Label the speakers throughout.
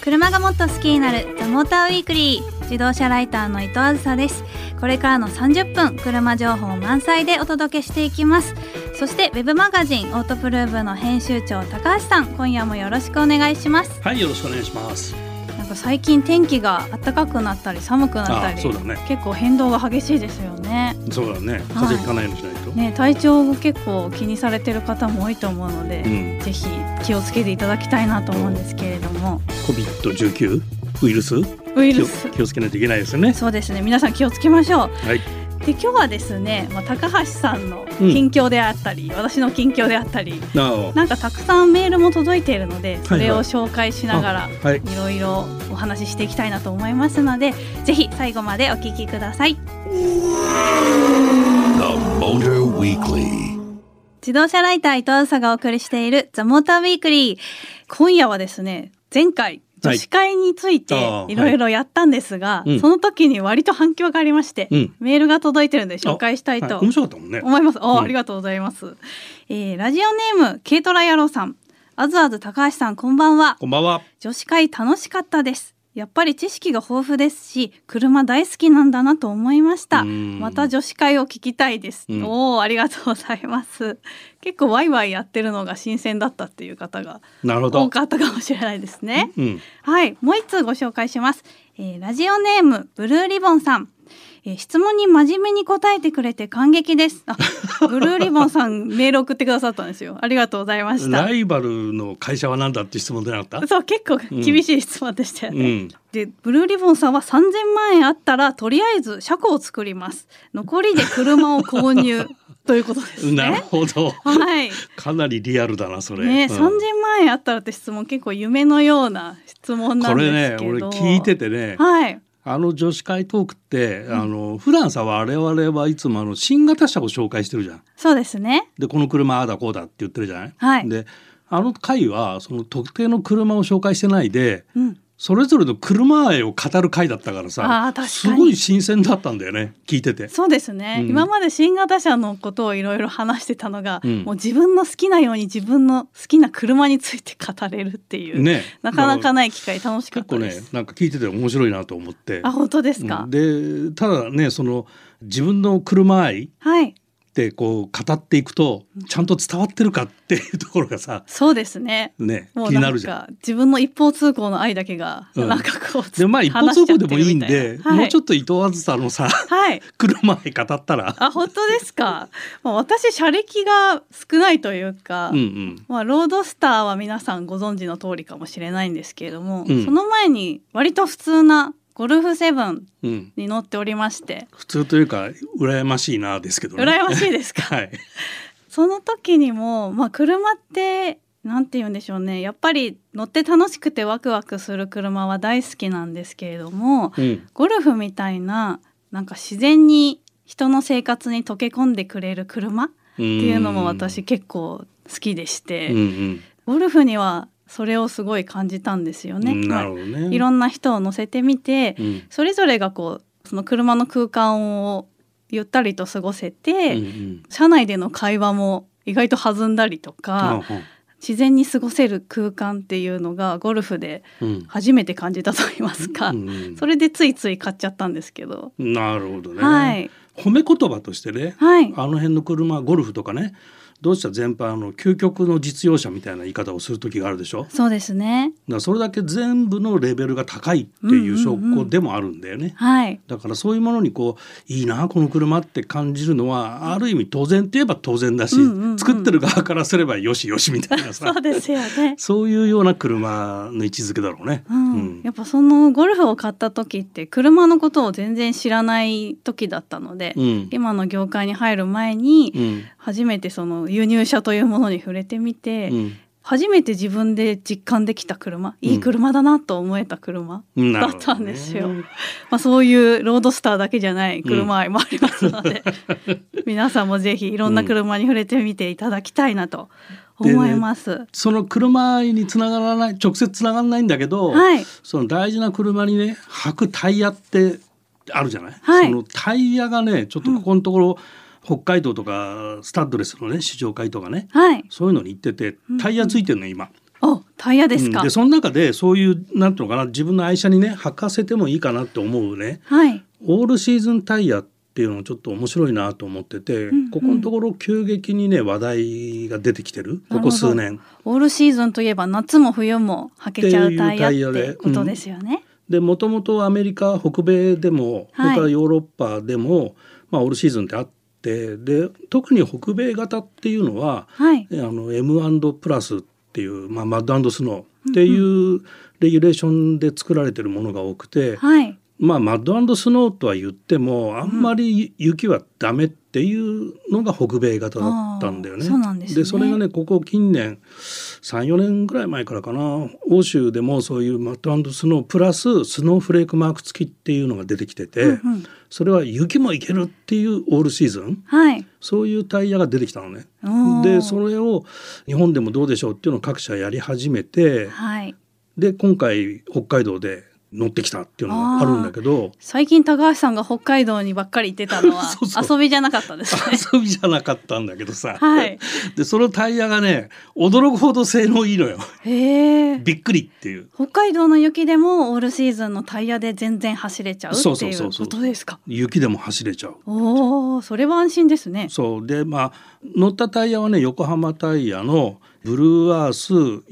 Speaker 1: 車がもっと好きになるザモーターウィークリー自動車ライターの伊藤あずさですこれからの30分車情報満載でお届けしていきますそしてウェブマガジンオートプルーブの編集長高橋さん今夜もよろしくお願いします
Speaker 2: はいよろしくお願いします
Speaker 1: なんか最近天気が暖かくなったり寒くなった
Speaker 2: あ
Speaker 1: り
Speaker 2: そうだね
Speaker 1: 結構変動が激しいですよね
Speaker 2: そうだね風邪ひかないようにしないと、
Speaker 1: ね体調を結構気にされてる方も多いと思うので、
Speaker 2: うん
Speaker 1: ぜひ気をつけていただきたいなと思うんですけれども、
Speaker 2: COVID-19 ウイルス
Speaker 1: ウイ
Speaker 2: 気
Speaker 1: ル
Speaker 2: を
Speaker 1: ス
Speaker 2: 気をつけないといけないですよね
Speaker 1: そうですね皆さん気をつけましょう
Speaker 2: はい
Speaker 1: で今日はですね、まあ、高橋さんの近況であったり、私の近況であったり
Speaker 2: なお
Speaker 1: なんかたくさんメールも届いているのでそれを
Speaker 2: はい
Speaker 1: 紹介しながら、
Speaker 2: はい
Speaker 1: いろいろお話ししていきたいなと思いますのでぜひ最後までお聞きください
Speaker 3: The Motor Weekly.
Speaker 1: 自動車ライター伊藤あずさがお送りしている「ザ・モーター・ウィークリー」今夜はですね前回女子会について
Speaker 2: あー
Speaker 1: いろいろやったんですが、
Speaker 2: うん
Speaker 1: その時に割と反響がありまして、
Speaker 2: うん
Speaker 1: メールが届いてるので紹介したい
Speaker 2: は
Speaker 1: と
Speaker 2: 面白かったもん ね
Speaker 1: 思います。おー、
Speaker 2: うん
Speaker 1: ありがとうございます。えー、ラジオネーム軽トラ野郎さん、あずあず高橋さんこんばんは。
Speaker 2: こんばんは
Speaker 1: 女子会楽しかったです。やっぱり知識が豊富ですし、車大好きなんだなと思いました。
Speaker 2: うん
Speaker 1: また女子会を聞きたいです。
Speaker 2: うん
Speaker 1: おお、ありがとうございます。結構ワイワイやってるのが新鮮だったっていう方が
Speaker 2: なるほ
Speaker 1: 多
Speaker 2: ど
Speaker 1: かったかもしれないですね。
Speaker 2: うん
Speaker 1: はい、もう一通ご紹介します。えーラジオネームブルーリボンさん。えー質問に真面目に答えてくれて感激です。 あ、ブルーリボンさんメール送ってくださったんですよ。ありがとうございました
Speaker 2: ラ。イバルの会社は何だって質問出なかった
Speaker 1: そう、結構厳しい質問でしたよ
Speaker 2: う
Speaker 1: ね。
Speaker 2: ん
Speaker 1: でブルーリボンさんは3000万円あったらとりあえず車庫を作ります残りで車を購入ということで す
Speaker 2: なる
Speaker 1: ね
Speaker 2: ほど
Speaker 1: はい
Speaker 2: かなりリアルだなそれ、
Speaker 1: ね、
Speaker 2: うん
Speaker 1: 3000万円あったらって質問結構夢のような質問な
Speaker 2: こ
Speaker 1: ん
Speaker 2: れ
Speaker 1: で
Speaker 2: ね
Speaker 1: すけど
Speaker 2: 俺聞いててね
Speaker 1: はい
Speaker 2: あの女子会トークって、あの普段さ我々はいつもあの新型車を紹介してるじゃん
Speaker 1: そうですね
Speaker 2: でこの車ああだこうだって言ってるじゃない、
Speaker 1: はい
Speaker 2: であの回はその特定の車を紹介してないで
Speaker 1: うん
Speaker 2: それぞれの車愛を語る回だったから
Speaker 1: あ
Speaker 2: さ
Speaker 1: ー確かに
Speaker 2: すごい新鮮だったんだよね聞いてて。
Speaker 1: そうですね、
Speaker 2: うん
Speaker 1: 今まで新型車のことをいろいろ話してたのが、
Speaker 2: うん
Speaker 1: もう自分の好きなように自分の好きな車について語れるっていう、
Speaker 2: ね、
Speaker 1: なかな
Speaker 2: だ
Speaker 1: か
Speaker 2: ら
Speaker 1: ない機会楽しかっ
Speaker 2: 結
Speaker 1: た
Speaker 2: 構
Speaker 1: で
Speaker 2: ね
Speaker 1: す、
Speaker 2: なんか聞いてて面白いなと思って
Speaker 1: あ本当ですか、
Speaker 2: うんでただねその自分の車愛
Speaker 1: はい
Speaker 2: ってこう語っていくとちゃんと伝わってるかっていうところがさ
Speaker 1: そうですね
Speaker 2: ね気
Speaker 1: もう
Speaker 2: に
Speaker 1: な
Speaker 2: なんるじゃん。
Speaker 1: か自分の一方通行の愛だけが
Speaker 2: うん
Speaker 1: なんかこう、
Speaker 2: でまあ一方通行でもいいんで、もうちょ
Speaker 1: っ
Speaker 2: っと伊藤あずさのさ
Speaker 1: とはい
Speaker 2: 車愛語ったら
Speaker 1: あ本当ですか まあ私車歴が少ないというか、
Speaker 2: うんうん
Speaker 1: まあ、ロードスターは皆さんご存知の通りかもしれないんですけれども、
Speaker 2: うん
Speaker 1: その前に割と普通なゴルフセブン
Speaker 2: うん
Speaker 1: に乗っておりまして
Speaker 2: 普通というか羨ましいなですけどね。
Speaker 1: 羨ましいですか
Speaker 2: はい。
Speaker 1: その時にも、まあ、車ってなんて言うんでしょうねやっぱり乗って楽しくてワクワクする車は大好きなんですけれども、
Speaker 2: うん
Speaker 1: ゴルフみたいななんか自然に人の生活に溶け込んでくれる車っていうのも私結構好きでして、
Speaker 2: うんうん
Speaker 1: ゴルフにはそれをすごい感じたんですよね。
Speaker 2: うんなるほどね。
Speaker 1: いろ
Speaker 2: ん
Speaker 1: んな人を乗せてみて、
Speaker 2: うん
Speaker 1: それぞれがこうその車の空間をゆったりと過ごせて、
Speaker 2: うん
Speaker 1: 車内での会話も意外と弾んだりとか、自然に過ごせる空間っていうのがゴルフで
Speaker 2: うん
Speaker 1: 初めて感じたと言いますか、
Speaker 2: うんうん
Speaker 1: それでついつい買っちゃったんですけど。
Speaker 2: なるほどね。
Speaker 1: はい。
Speaker 2: 褒め言葉としてね、
Speaker 1: はい。
Speaker 2: あの辺の車ゴルフとかね、どうした全般あの究極の実用車みたいな言い方をする時があるでしょ。だか
Speaker 1: そうですね。
Speaker 2: らそれだけ全部のレベルが高いっていう証
Speaker 1: うんうんう
Speaker 2: 拠
Speaker 1: ん
Speaker 2: でもあるんだよね。
Speaker 1: はい。
Speaker 2: だからそういうものにこういいなこの車って感じるのはある意味当然といえば当然だし、
Speaker 1: うんうんうん
Speaker 2: 作ってる側からすればよしよしみたいな
Speaker 1: そ
Speaker 2: さ
Speaker 1: うですよね。
Speaker 2: そういうような車の位置づけだろうね。
Speaker 1: うん、やっぱそのゴルフを買った時って車のことを全然知らない時だったので、
Speaker 2: うん
Speaker 1: 今の業界に入る前に
Speaker 2: うん
Speaker 1: 初めてその輸入車というものに触れてみて、初めて自分で実感できた車いい車だなと思えた車、
Speaker 2: うんなるほ
Speaker 1: だ
Speaker 2: どね
Speaker 1: ったんですよ。まあ、そういうロードスターだけじゃない車愛もあります ので、皆さんもぜひいろんな車に触れてみていただきたいなと思います。
Speaker 2: その車につながらない直接つながらないんだけど、
Speaker 1: はい
Speaker 2: その大事な車にね履くタイヤってあるじゃない、
Speaker 1: はい
Speaker 2: そのタイヤがねちょっとここのところ、北海道とかスタッドレスのね試乗会とかね
Speaker 1: はい。
Speaker 2: そういうのに行っててタイヤついてるの今。
Speaker 1: お、タイヤです
Speaker 2: う
Speaker 1: か
Speaker 2: ん、で。その中でそういうなんていうのかな自分の愛車にね履かせてもいいかなって思うね
Speaker 1: はい。
Speaker 2: オールシーズンタイヤっていうのちょっと面白いなと思ってて、
Speaker 1: んうん
Speaker 2: ここのところ急激にね話題が出てきてるこ
Speaker 1: なるほど
Speaker 2: こ数年。
Speaker 1: オールシーズンといえば夏も冬も履けちゃうタイヤ
Speaker 2: っ
Speaker 1: って
Speaker 2: いうタイヤ
Speaker 1: て
Speaker 2: で
Speaker 1: ことですよね。
Speaker 2: でもともとアメリカ北米でもそ
Speaker 1: はい
Speaker 2: れからヨーロッパでも、まあ、オールシーズンってあってで特に北米型っていうのは、
Speaker 1: はい。
Speaker 2: えあの M& プラスっていう、まあ、マッドスノーっていうレギュレーションで作られてるものが多くて、
Speaker 1: はい。
Speaker 2: まあ、マッドスノーとは言ってもあんまり雪はダメっていうのが北米型だったんだよね。
Speaker 1: あーそうなんですね
Speaker 2: それがねここ近年34年ぐらい前からかな欧州でもそういうマッドスノープラススノーフレークマーク付きっていうのが出てきてて、
Speaker 1: うんうん
Speaker 2: それは雪もいけるっていうオールシーズン
Speaker 1: はい。
Speaker 2: そういうタイヤが出てきたのね。
Speaker 1: おー
Speaker 2: でそれを日本でもどうでしょうっていうのを各社やり始めて
Speaker 1: はい。
Speaker 2: で今回北海道で乗ってきたっていうのがあるんだけど。
Speaker 1: 最近高橋さんが北海道にばっかり行ってたのは
Speaker 2: そうそ
Speaker 1: 遊びじゃなかったです ね。
Speaker 2: 遊びじゃなかったんだけどさ、
Speaker 1: はい。
Speaker 2: でそのタイヤがね驚くほど性能いいのよ
Speaker 1: へえ。
Speaker 2: びっくりっていう
Speaker 1: 北海道の雪でもオールシーズンのタイヤで全然走れちゃうって
Speaker 2: そうそ
Speaker 1: いう
Speaker 2: そううそう
Speaker 1: ことですか。
Speaker 2: 雪でも走れちゃう
Speaker 1: おお、それは安心ですね。
Speaker 2: そうでまあ乗ったタイヤはね横浜タイヤのブルーアース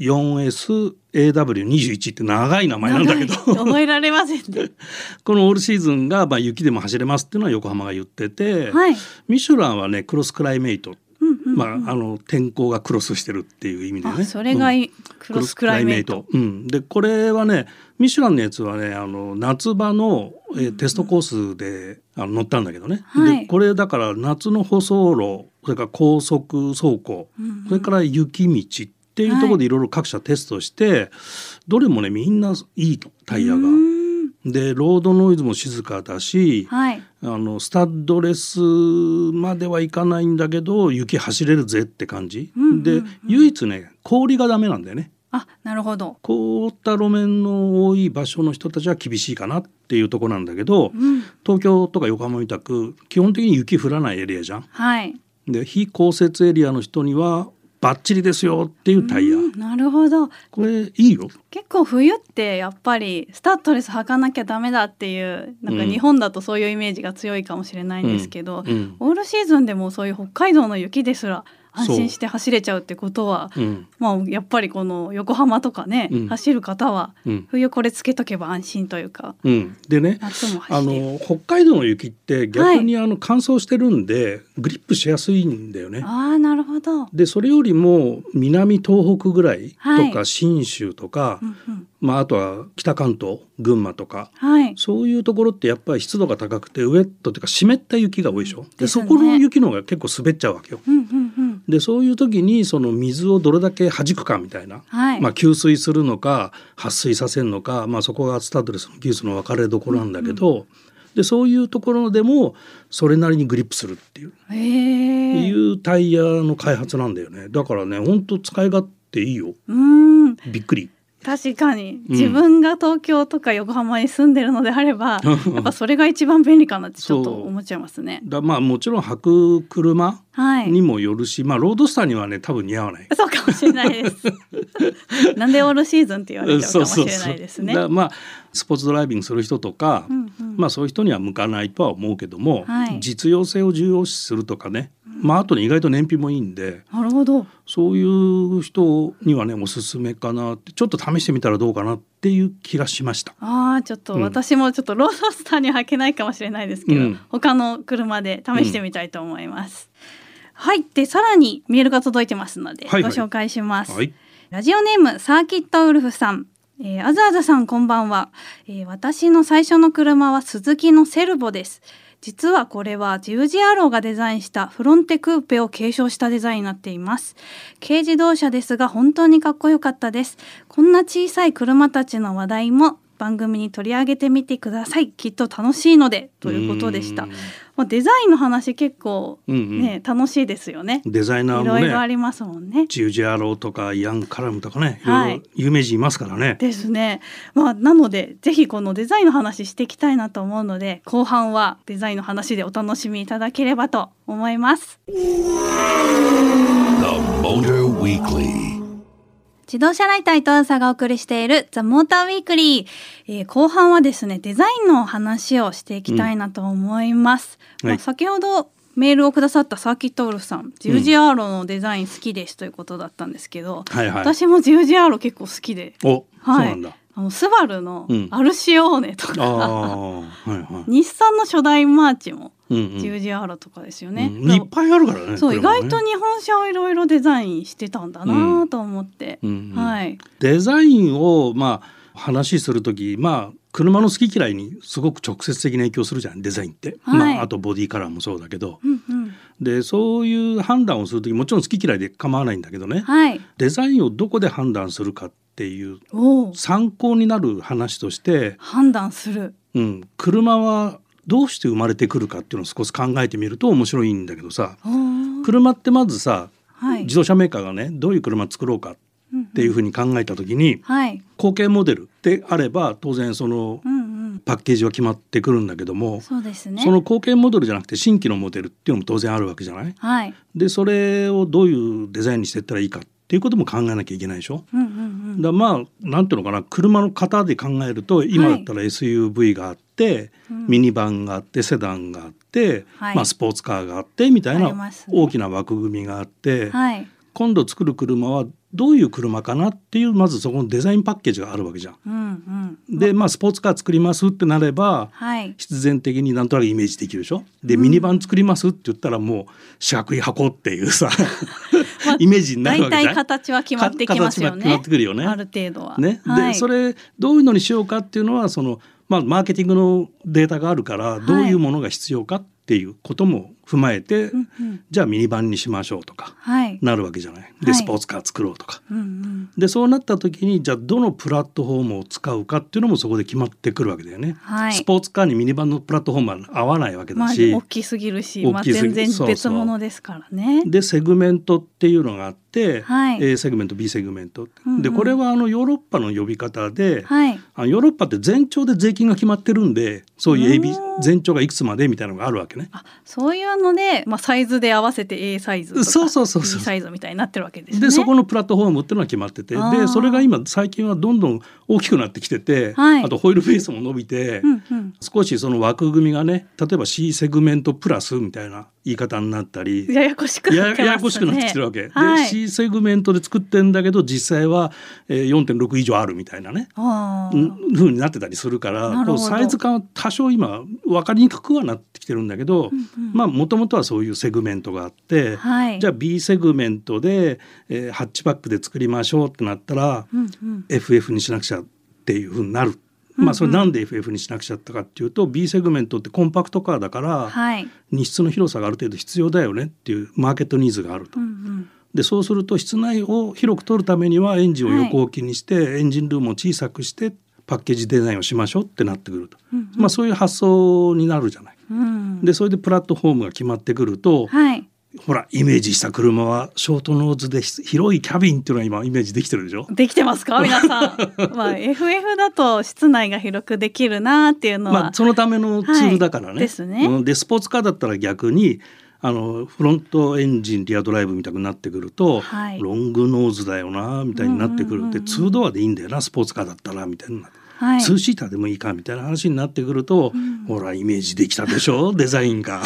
Speaker 2: 4SAW21 って長い名前なんだけど
Speaker 1: 長い覚えられませんね。
Speaker 2: このオールシーズンが、まあ、雪でも走れますっていうのは横浜が言ってて、
Speaker 1: はい。
Speaker 2: ミシュランはねクロスクライメイト、
Speaker 1: うんうんうん
Speaker 2: まあ、あの天候がクロスしてるっていう意味で
Speaker 1: あ
Speaker 2: ね
Speaker 1: それがいクロスクライメイト。
Speaker 2: クロスクライメイトうん、でこれはねミシュランのやつはねあの夏場の、えーテストコースであの乗ったんだけどね、
Speaker 1: はい
Speaker 2: でこれだから夏の舗装路それから高速走行、
Speaker 1: うん
Speaker 2: それから雪道っていうところでいろいろ各社テストして、どれもねみんないいタイヤ
Speaker 1: う
Speaker 2: が。
Speaker 1: ーん
Speaker 2: でロードノイズも静かだし、
Speaker 1: はい。
Speaker 2: あのスタッドレスまではいかないんだけど雪走れるぜって感じ、
Speaker 1: うんうんうん
Speaker 2: で唯一ね氷がダメなんだよね
Speaker 1: あ、なるほど。
Speaker 2: 凍った路面の多い場所の人たちは厳しいかなっていうとこなんだけど、
Speaker 1: うん。
Speaker 2: 東京とか横浜みたく基本的に雪降らないエリアじゃん。
Speaker 1: はい。
Speaker 2: で非降雪エリアの人にはバッチリですよっていうタイヤ、
Speaker 1: うんなるほど。
Speaker 2: これいいよ
Speaker 1: 結構冬ってやっぱりスタッドレス履かなきゃダメだっていうなんか
Speaker 2: うん
Speaker 1: 日本だとそういうイメージが強いかもしれないんですけど、
Speaker 2: うん
Speaker 1: オールシーズンでもそういう北海道の雪ですら安心して走れちゃうってことは、
Speaker 2: うん
Speaker 1: まあ、やっぱりこの横浜とかね、
Speaker 2: うん
Speaker 1: 走る方は
Speaker 2: うん
Speaker 1: 冬これつけとけば安心というか
Speaker 2: うん、でね
Speaker 1: 夏も
Speaker 2: あ
Speaker 1: 走れる。
Speaker 2: の北海道の雪って逆にあの乾燥してるんで、グリップしやすいんだよね。
Speaker 1: ああなるほど。
Speaker 2: でそれよりも南東北ぐらいと
Speaker 1: は
Speaker 2: か信州とか、
Speaker 1: うんうん、
Speaker 2: まあ、あとは北関東群馬とか
Speaker 1: はい。
Speaker 2: そういうところってやっぱり湿度が高くてウェットというか湿った雪が多いでしょ。で
Speaker 1: ですね
Speaker 2: そこの雪の方が結構滑っちゃうわけよ。
Speaker 1: うんうんうん。
Speaker 2: でそういう時にその水をどれだけ弾くかみたいな、
Speaker 1: はい。
Speaker 2: まあ、給水するのか撥水させるのか、まあ、そこがスタッドレスの技術の分かれどころなんだけど、でそういうところでもそれなりにグリップするっていう,、
Speaker 1: へえ。う
Speaker 2: いうタイヤの開発なんだよねだからねほんと使い勝手いいよ
Speaker 1: ーん。
Speaker 2: びっくり。
Speaker 1: 確かに自分が東京とか横浜に住んでるのであれば、やっぱそれが一番便利かなってちょっと
Speaker 2: そう
Speaker 1: 思っちゃいますね。
Speaker 2: だまあもちろん履く車
Speaker 1: はい
Speaker 2: に。もよるし、まあロードスターにはね多分似合わない。
Speaker 1: そうかもしれない です。なんでオールシーズンって言われちゃうかもしれないですね。
Speaker 2: だからまあスポーツドライビングする人とか、
Speaker 1: うんうん
Speaker 2: まあそういう人には向かないとは思うけども、
Speaker 1: はい
Speaker 2: 実用性を重要視するとかね、まああとね意外と燃費もいいんで
Speaker 1: なるほど。
Speaker 2: そういう人にはねおすすめかなってちょっと試してみたらどうかなっていう気がしました。
Speaker 1: ああちょっと
Speaker 2: うん
Speaker 1: 私もちょっとロードスターには履けないかもしれないですけど、
Speaker 2: うん
Speaker 1: 他の車で試してみたいと思います。はいでさらにメールが届いてますのでご
Speaker 2: はいはい
Speaker 1: 紹介します。
Speaker 2: はい、
Speaker 1: ラジオネームサーキットウルフさん、えー、あずあずさんこんばんは、えー、私の最初の車はスズキのセルボです実はこれは十字アローがデザインしたフロンテクーペを継承したデザインになっています軽自動車ですが本当にかっこよかったですこんな小さい車たちの話題も番組に取り上げてみてくださいきっと楽しいのでということでした
Speaker 2: うん
Speaker 1: まあ、デザインの話結構
Speaker 2: うんうん
Speaker 1: ね、楽しいですよね
Speaker 2: デザイナー
Speaker 1: い
Speaker 2: も
Speaker 1: ろいろあ
Speaker 2: ね
Speaker 1: りますもんね
Speaker 2: ジュジアローとかヤン・カラムとかねい
Speaker 1: は
Speaker 2: ろ
Speaker 1: い
Speaker 2: いろ有名人いますからね。
Speaker 1: ですね。まあなのでぜひこのデザインの話していきたいなと思うので後半はデザインの話でお楽しみいただければと思います。
Speaker 3: The Motor Weekly.
Speaker 1: 自動車ライター伊藤さがお送りしている「ザ・モーターウィークリー、えー後半はですねデザインの話をしていきたいなと思います、
Speaker 2: うん
Speaker 1: ま
Speaker 2: は
Speaker 1: あ、
Speaker 2: い
Speaker 1: 先ほどメールをくださったサーキットオールさんジルジアーロのデザイン好きですということだったんですけど、
Speaker 2: はいはい。
Speaker 1: 私もジルジアーロ結構好きで、
Speaker 2: お、
Speaker 1: はい
Speaker 2: そうなんだ。
Speaker 1: あのスバルの
Speaker 2: うん
Speaker 1: アルシオーネと
Speaker 2: あ
Speaker 1: か、
Speaker 2: あ、はいはい。
Speaker 1: 日産の初代マーチも
Speaker 2: うんうん
Speaker 1: ジルジアーロとかですよね。
Speaker 2: うんいっぱいあるからね。
Speaker 1: そう、意
Speaker 2: 車はね
Speaker 1: 外と日本車をいろいろデザインしてたんだなと思って、
Speaker 2: うんうん
Speaker 1: はい、
Speaker 2: デザインをまあ話しする時まあ車の好き嫌いにすごく直接的な影響するじゃんデザインって、
Speaker 1: はい
Speaker 2: まあ、あとボディカラーもそうだけど
Speaker 1: うんうん、
Speaker 2: でそういう判断をする時もちろん好き嫌いで構わないんだけどね、
Speaker 1: はい、
Speaker 2: デザインをどこで判断するかっていう
Speaker 1: おお、
Speaker 2: 参考になる話として、
Speaker 1: 判断する。
Speaker 2: うん、車はどうして生まれてくるかっていうのを少し考えてみると面白いんだけどさ
Speaker 1: おー
Speaker 2: 車ってまずさ
Speaker 1: はい、
Speaker 2: 自動車メーカーがねどういう車作ろうかっていうふうに考えた時に
Speaker 1: はい、
Speaker 2: 後継モデルであれば当然その
Speaker 1: うんうん、
Speaker 2: パッケージは決まってくるんだけども、
Speaker 1: そうですね。
Speaker 2: その後継モデルじゃなくて新規のモデルっていうのも当然あるわけじゃない
Speaker 1: はい、
Speaker 2: でそれをどういうデザインにしていったらいいかっていうことも考えなきゃいけないでしょ、
Speaker 1: うんうん
Speaker 2: だからまあなんていうのかな車の型で考えると今だったら SUV があって、
Speaker 1: うん
Speaker 2: ミニバンがあってセダンがあって、
Speaker 1: はい
Speaker 2: まあ、スポーツカーがあってみたい
Speaker 1: あり
Speaker 2: な
Speaker 1: ますね
Speaker 2: 大きな枠組みがあって、
Speaker 1: うん、はい、
Speaker 2: 今度作る車はどういう車かなっていうまずそこのデザインパッケージがあるわけじゃん。
Speaker 1: うんうん、
Speaker 2: で、まあ、スポーツカー作りますってなれば
Speaker 1: はい、
Speaker 2: 必然的になんとなくイメージできるでしょで、ミニバン作りますって言ったらもう四角い箱っていうさ、 イメージにな
Speaker 1: だ
Speaker 2: るわけ
Speaker 1: い
Speaker 2: じゃ
Speaker 1: たい
Speaker 2: ん。
Speaker 1: 形は決まってきますよ
Speaker 2: か形は決ま
Speaker 1: ね
Speaker 2: って。くるよね。
Speaker 1: ある程度は。
Speaker 2: ね、
Speaker 1: はい、
Speaker 2: でそれどういうのにしようかっていうのはその、まあ、マーケティングのデータがあるから
Speaker 1: い
Speaker 2: どういうものが必要かっていうことも踏まえて、
Speaker 1: うんうん、
Speaker 2: じゃあミニバンにしましょうとか
Speaker 1: はい、
Speaker 2: なるわけじゃない。
Speaker 1: は
Speaker 2: で
Speaker 1: い
Speaker 2: スポーツカー作ろうとか。
Speaker 1: うんうん、
Speaker 2: でそうなった時にじゃあどのプラットフォームを使うかっていうのもそこで決まってくるわけだよね。
Speaker 1: はい
Speaker 2: スポーツカーにミニバンのプラットフォームは合わないわけ
Speaker 1: ま
Speaker 2: だ
Speaker 1: あ
Speaker 2: し、
Speaker 1: 大きすぎるし、
Speaker 2: 大
Speaker 1: まあ
Speaker 2: きすぎ
Speaker 1: 全然
Speaker 2: そうそう
Speaker 1: 別物ですからね。
Speaker 2: でセグメントっていうのがあって、
Speaker 1: はい
Speaker 2: A セグメント B セグメントって、
Speaker 1: うんうん
Speaker 2: でこれはあのヨーロッパの呼び方で、
Speaker 1: はい、
Speaker 2: あのヨーロッパって全長で税金が決まってるんでそういう AB
Speaker 1: おー
Speaker 2: 全長がいくつまでみたいなのがあるわけね。
Speaker 1: あそういうので、まあ、サイズで合わせて A サイズとか
Speaker 2: そうそうそうそう
Speaker 1: B サイズみたいになってるわけですね。
Speaker 2: でそこのプラットフォームっていうのが決まってて
Speaker 1: あー
Speaker 2: でそれが今最近はどんどん大きくなってきてて、
Speaker 1: はい
Speaker 2: あとホイールベースも伸びて、
Speaker 1: うんうん、
Speaker 2: 少しその枠組みがね例えば C セグメントプラスみたいな言い方になったり。
Speaker 1: ややこしくな
Speaker 2: や
Speaker 1: ってますね。
Speaker 2: ややこしくなってきてるわけ、
Speaker 1: はい、
Speaker 2: で C セグメントで作ってんだけど実際はえー4.6以上あるみたいなね
Speaker 1: あー
Speaker 2: んふうになってたりするから
Speaker 1: なるほど
Speaker 2: こうサイズ感は多少今分かりにくくはなってきてるんだけど、
Speaker 1: うん
Speaker 2: まあもともとはそういうセグメントがあって、
Speaker 1: はい、
Speaker 2: じゃあ B セグメントで、えーハッチバックで作りましょうってなったら、
Speaker 1: うんうん、
Speaker 2: FF にしなくちゃっていうふうになる。まあそれなんで FF にしなくちゃったかっていうと B セグメントってコンパクトカーだから
Speaker 1: はい、
Speaker 2: 荷室の広さがある程度必要だよねっていうマーケットニーズがあると
Speaker 1: うんうん、
Speaker 2: でそうすると室内を広く取るためにはエンジンを横置きにして、エンジンルームを小さくしてパッケージデザインをしましょうってなってくると、
Speaker 1: うん
Speaker 2: まあ、そういう発想になるじゃない。
Speaker 1: うん、
Speaker 2: でそれでプラットフォームが決まってくると、
Speaker 1: はい、
Speaker 2: ほらイメージした車はショートノーズでひ広いキャビンっていうのは今イメージできてるでしょ
Speaker 1: できてますか皆さん。ま あ FF だと室内が広くできるなっていうのは、
Speaker 2: まあ、そのためのツールだからね。
Speaker 1: はいですね
Speaker 2: うんでスポーツカーだったら逆にあのフロントエンジンリアドライブみたくなってくると、
Speaker 1: はい
Speaker 2: ロングノーズだよなみたいになってくる、
Speaker 1: うんうんうんうん
Speaker 2: でツードアでいいんだよなスポーツカーだったらみたいな、
Speaker 1: はい、
Speaker 2: ツーシーターでもいいかみたいな話になってくると、ほらイメージできたでし ょデザインが。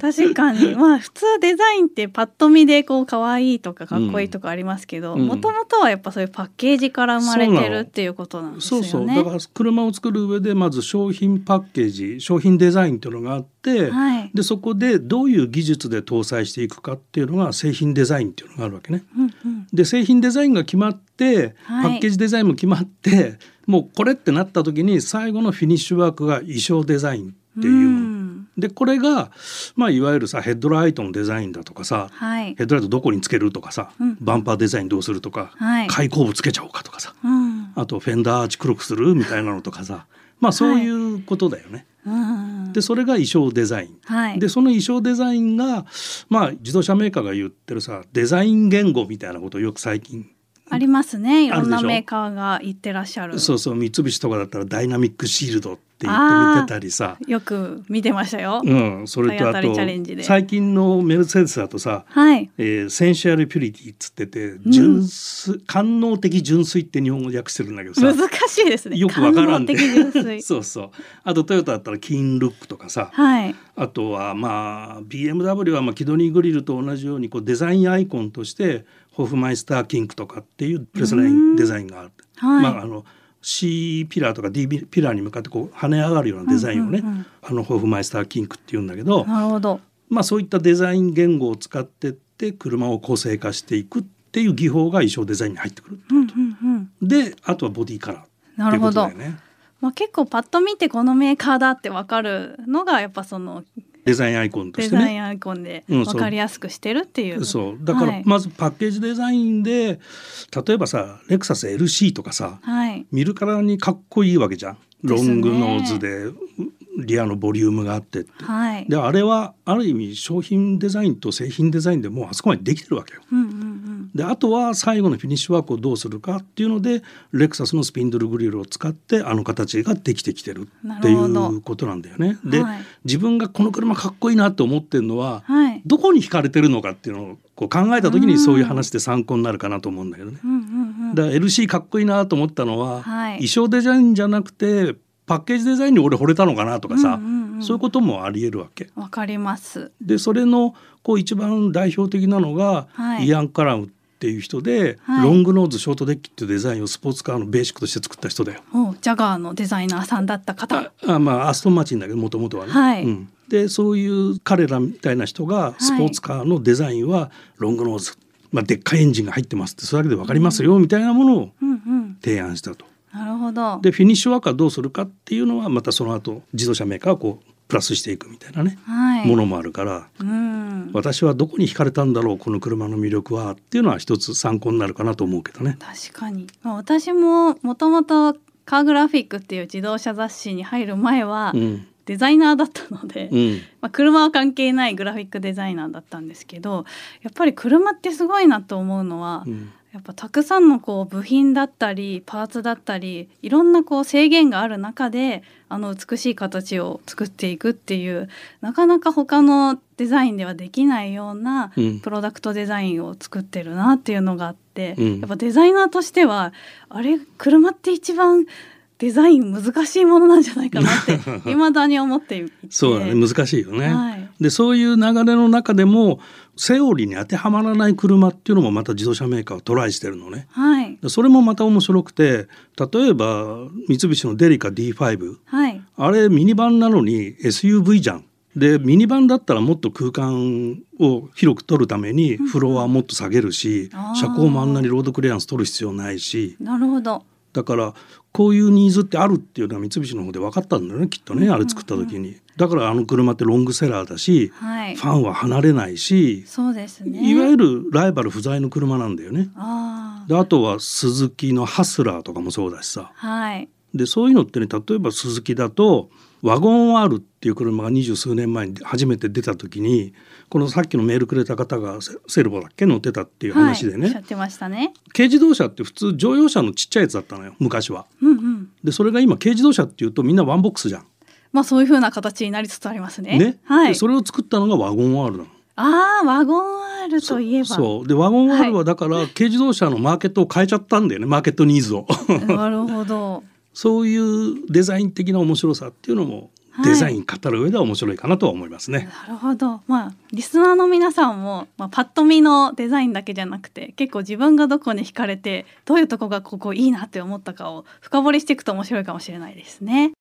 Speaker 1: 確 かにまあ普通デザインってパッと見でこう可愛いとかかっこいいとかありますけど
Speaker 2: うん
Speaker 1: もともとはやっぱそういうパッケージから生まれ
Speaker 2: そう
Speaker 1: て
Speaker 2: なの
Speaker 1: るっていうことなんです
Speaker 2: そ
Speaker 1: よ
Speaker 2: う
Speaker 1: ね。
Speaker 2: そうだから車を作る上でまず商品パッケージ商品デザインっていうのがあって、
Speaker 1: はい、
Speaker 2: でそこでどういう技術で搭載していくかっていうのが製品デザインっていうのがあるわけね。
Speaker 1: うんうん、
Speaker 2: で製品デザインが決まって、
Speaker 1: はい
Speaker 2: パッケージデザインも決まってもうこれってなった時に最後のフィニッシュワークが衣装デザインっていうもの
Speaker 1: ん
Speaker 2: でこれが、まあ、いわゆるさヘッドライトのデザインだとかさ
Speaker 1: はい
Speaker 2: ヘッドライトどこにつけるとかさ、
Speaker 1: うん
Speaker 2: バンパーデザインどうするとか、
Speaker 1: はい
Speaker 2: 開口部つけちゃおうかとかさ
Speaker 1: うん
Speaker 2: あとフェンダーアーチ黒くするみたいなのとかさまあそういうことだよね。
Speaker 1: うん、
Speaker 2: でそれが衣装デザイン。
Speaker 1: はい、
Speaker 2: でその衣装デザインが、まあ、自動車メーカーが言ってるさデザイン言語みたいなことをよく最近
Speaker 1: ありますねいろん
Speaker 2: あ
Speaker 1: な
Speaker 2: るでしょ
Speaker 1: メーカーが行ってらっしゃる
Speaker 2: そうそう三菱とかだったらダイナミックシールドって言って見てたりさ、
Speaker 1: よく見てましたよ、
Speaker 2: うん、それとあ
Speaker 1: 体当たりチャレンジで
Speaker 2: と最近のメルセデスだとさ、
Speaker 1: はい
Speaker 2: えーセンシュアルピュリティっつってて純粋、官能的純粋って日本語訳してるんだけどさ
Speaker 1: 難しいですね
Speaker 2: よくわからんで
Speaker 1: 官能的純 粋
Speaker 2: そうそうあとトヨタだったらキンルックとかさ
Speaker 1: はい
Speaker 2: あとはまあ BMW はまあキドニーグリルと同じようにこうデザインアイコンとしてホフマイスターキンクとかっていうプレスラインデザインがある、
Speaker 1: はい、
Speaker 2: まあ、あの C ピラーとか D ピラーに向かってこう跳ね上がるようなデザインをね、
Speaker 1: うんうんうん
Speaker 2: あのホフマイスターキンクっていうんだけど、
Speaker 1: なるほど
Speaker 2: まあ、そういったデザイン言語を使ってって車を個性化していくっていう技法が衣装デザインに入ってくる。
Speaker 1: うんうんうん
Speaker 2: であとはボディカラー
Speaker 1: な
Speaker 2: ってい
Speaker 1: る
Speaker 2: うこ
Speaker 1: ほ
Speaker 2: と
Speaker 1: ど
Speaker 2: だよね。
Speaker 1: まあ、結構パッと見てこのメーカーだってわかるのがやっぱその
Speaker 2: デザインアイコンと
Speaker 1: デ
Speaker 2: して
Speaker 1: ザイ
Speaker 2: ね。
Speaker 1: ンアイコンで
Speaker 2: うん
Speaker 1: わ
Speaker 2: そう
Speaker 1: かりやすくしてるっていう,、
Speaker 2: そうだから
Speaker 1: はい
Speaker 2: まずパッケージデザインで、例えばさレクサス LC とかさ
Speaker 1: はい
Speaker 2: 見るからにかっこいいわけじゃんロングノーズ
Speaker 1: で
Speaker 2: でリアのボリュームがあってって
Speaker 1: はい
Speaker 2: であれはある意味商品デザインと製品デザインでもうあそこまでできてるわけよ。
Speaker 1: うんうんうん
Speaker 2: であとは最後のフィニッシュワークをどうするかっていうのでレクサスのスピンドルグリルを使ってあの形ができてきてるってい
Speaker 1: なるほど
Speaker 2: うことなんだよね。で、
Speaker 1: はい
Speaker 2: 自分がこの車かっこいいなと思ってるのは、
Speaker 1: はい
Speaker 2: どこに惹かれてるのかっていうのをこう考えた時にそういう話で参考になるかなと思うんだけどね。
Speaker 1: うんうんうん
Speaker 2: だから LC かっこいいなと思ったのは、
Speaker 1: は
Speaker 2: 衣
Speaker 1: い
Speaker 2: 装デザインじゃなくてパッケージデザインに俺惚れたのかなとかさ、
Speaker 1: うんうんうん
Speaker 2: そういうこともありえるわけ。
Speaker 1: わかります
Speaker 2: でそれのこう一番代表的なのが、
Speaker 1: はい
Speaker 2: イアン・カラムっていう人で、
Speaker 1: はい
Speaker 2: ロングノーズショートデッキっていうデザインをスポーツカーのベーシックとして作った人だよ。
Speaker 1: おジャガーのデザイナーさんだった方
Speaker 2: ああまあアストン・マーチンだけどもともとはね。
Speaker 1: はい
Speaker 2: うんでそういう彼らみたいな人がスポーツカーのデザインはロングノーズ、まあ、でっかいエンジンが入ってますってそれだけで分かりますよみたいなものを
Speaker 1: うんうん
Speaker 2: 提案したと。
Speaker 1: なるほど
Speaker 2: でフィニッシュワークはどうするかっていうのはまたその後自動車メーカーはこうプラスしていくみたいなね、
Speaker 1: はい
Speaker 2: ものもあるから
Speaker 1: うん
Speaker 2: 私はどこに惹かれたんだろうこの車の魅力はっていうのは一つ参考になるかなと思うけどね。
Speaker 1: 確かに、まあ、私ももともとカーグラフィックっていう自動車雑誌に入る前は
Speaker 2: うん
Speaker 1: デザイナーだったので、
Speaker 2: うん
Speaker 1: まあ、車は関係ないグラフィックデザイナーだったんですけどやっぱり車ってすごいなと思うのは、
Speaker 2: うん
Speaker 1: やっぱたくさんのこう部品だったりパーツだったりいろんなこう制限がある中であの美しい形を作っていくっていうなかなか他のデザインではできないような
Speaker 2: うん
Speaker 1: プロダクトデザインを作ってるなっていうのがあって、
Speaker 2: うん
Speaker 1: やっぱデザイナーとしてはあれ車って一番デザイン難しいものなんじゃないか なって未だに思っていて
Speaker 2: そうだね難しいよね。
Speaker 1: はい
Speaker 2: でそういう流れの中でもセオリーに当てはまらない車っていうのもまた自動車メーカーはトライしてるのね。
Speaker 1: はい
Speaker 2: でそれもまた面白くて例えば三菱のデリカ D5
Speaker 1: はい
Speaker 2: あれミニバンなのに SUV じゃん。でミニバンだったらもっと空間を広く取るためにフロアもっと下げるし、
Speaker 1: あー
Speaker 2: 車高もあんなにロードクリアランス取る必要ないし
Speaker 1: なるほど
Speaker 2: だからこういうニーズってあるっていうのは三菱の方で分かったんだよねきっとねあれ作った時に。だからあの車ってロングセラーだし
Speaker 1: はい
Speaker 2: ファンは離れないし、
Speaker 1: そうですね
Speaker 2: いわゆるライバル不在の車なんだよね。
Speaker 1: ああ
Speaker 2: であとは鈴木のハスラーとかもそうだしさ
Speaker 1: はい
Speaker 2: でそういうのってね例えばスズキだとワゴン R っていう車が二十数年前に初めて出た時にこのさっきのメールくれた方がセセルボだっけ乗ってたっていう話で
Speaker 1: はい、お
Speaker 2: ね、
Speaker 1: っしゃってましたね。
Speaker 2: 軽自動車って普通乗用車のちっちゃいやつだったのよ昔は。
Speaker 1: うんうん。
Speaker 2: でそれが今軽自動車っていうとみんなワンボックスじゃん。
Speaker 1: まあそういう風な形になりつつありますね。
Speaker 2: ね、
Speaker 1: は
Speaker 2: で
Speaker 1: い。
Speaker 2: それを作ったのがワゴン R なの。
Speaker 1: ああワゴン R といえば。
Speaker 2: そうでワゴン
Speaker 1: はい
Speaker 2: R はだから軽自動車のマーケットを変えちゃったんだよねマーケットニーズを。
Speaker 1: なるほど。
Speaker 2: そういうデザイン的な面白さっていうのも、
Speaker 1: はい
Speaker 2: デザイン語る上では面白いかなとは思いますね。
Speaker 1: なるほど。まあリスナーの皆さんもまあパッと見のデザインだけじゃなくて、結構自分がどこに惹かれて、どういうとこがここいいなって思ったかを深掘りしていくと面白いかもしれないですね。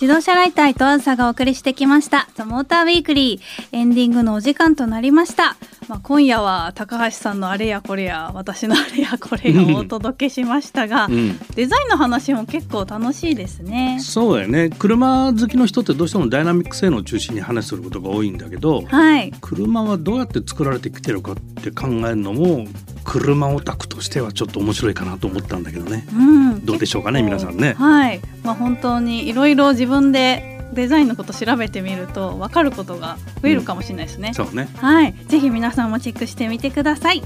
Speaker 1: 自動車ライター伊藤梓がお送りしてきました「ザ・モーター・ウィークリー」エンディングのお時間となりました、まあ、今夜は高橋さんのあれやこれや私のあれやこれやをお届けしましたが、
Speaker 2: うん、
Speaker 1: デザインの話も結構楽しいですね
Speaker 2: そうだよね車好きの人ってどうしてもダイナミック性能を中心に話することが多いんだけど
Speaker 1: はい
Speaker 2: 車はどうやって作られてきてるかって考えるのも車オタクとしてはちょっと面白いかなと思ったんだけどね
Speaker 1: うん
Speaker 2: どうでしょうかね
Speaker 1: 結構
Speaker 2: 皆さんね
Speaker 1: はい、まあ、本当にいろいろ自分でデザインのこと調べてみると分かることが増えるかもしれないですね。
Speaker 2: そうね
Speaker 1: はい、ぜひ皆さんもチェックしてみてください。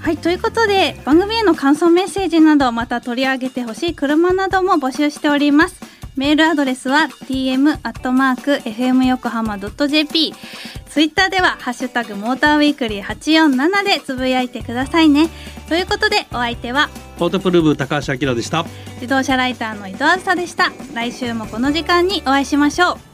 Speaker 1: はい、ということで番組への感想メッセージなどまた取り上げてほしい車なども募集しております。メールアドレスは tm.fm 横浜 .jp ツイッターでは「ハッシュタグモーターウィークリー847」でつぶやいてくださいね。ということでお相手は
Speaker 2: オートプルーブ高橋明でした
Speaker 1: 自動車ライターの伊藤梓でした。来週もこの時間にお会いしましょう。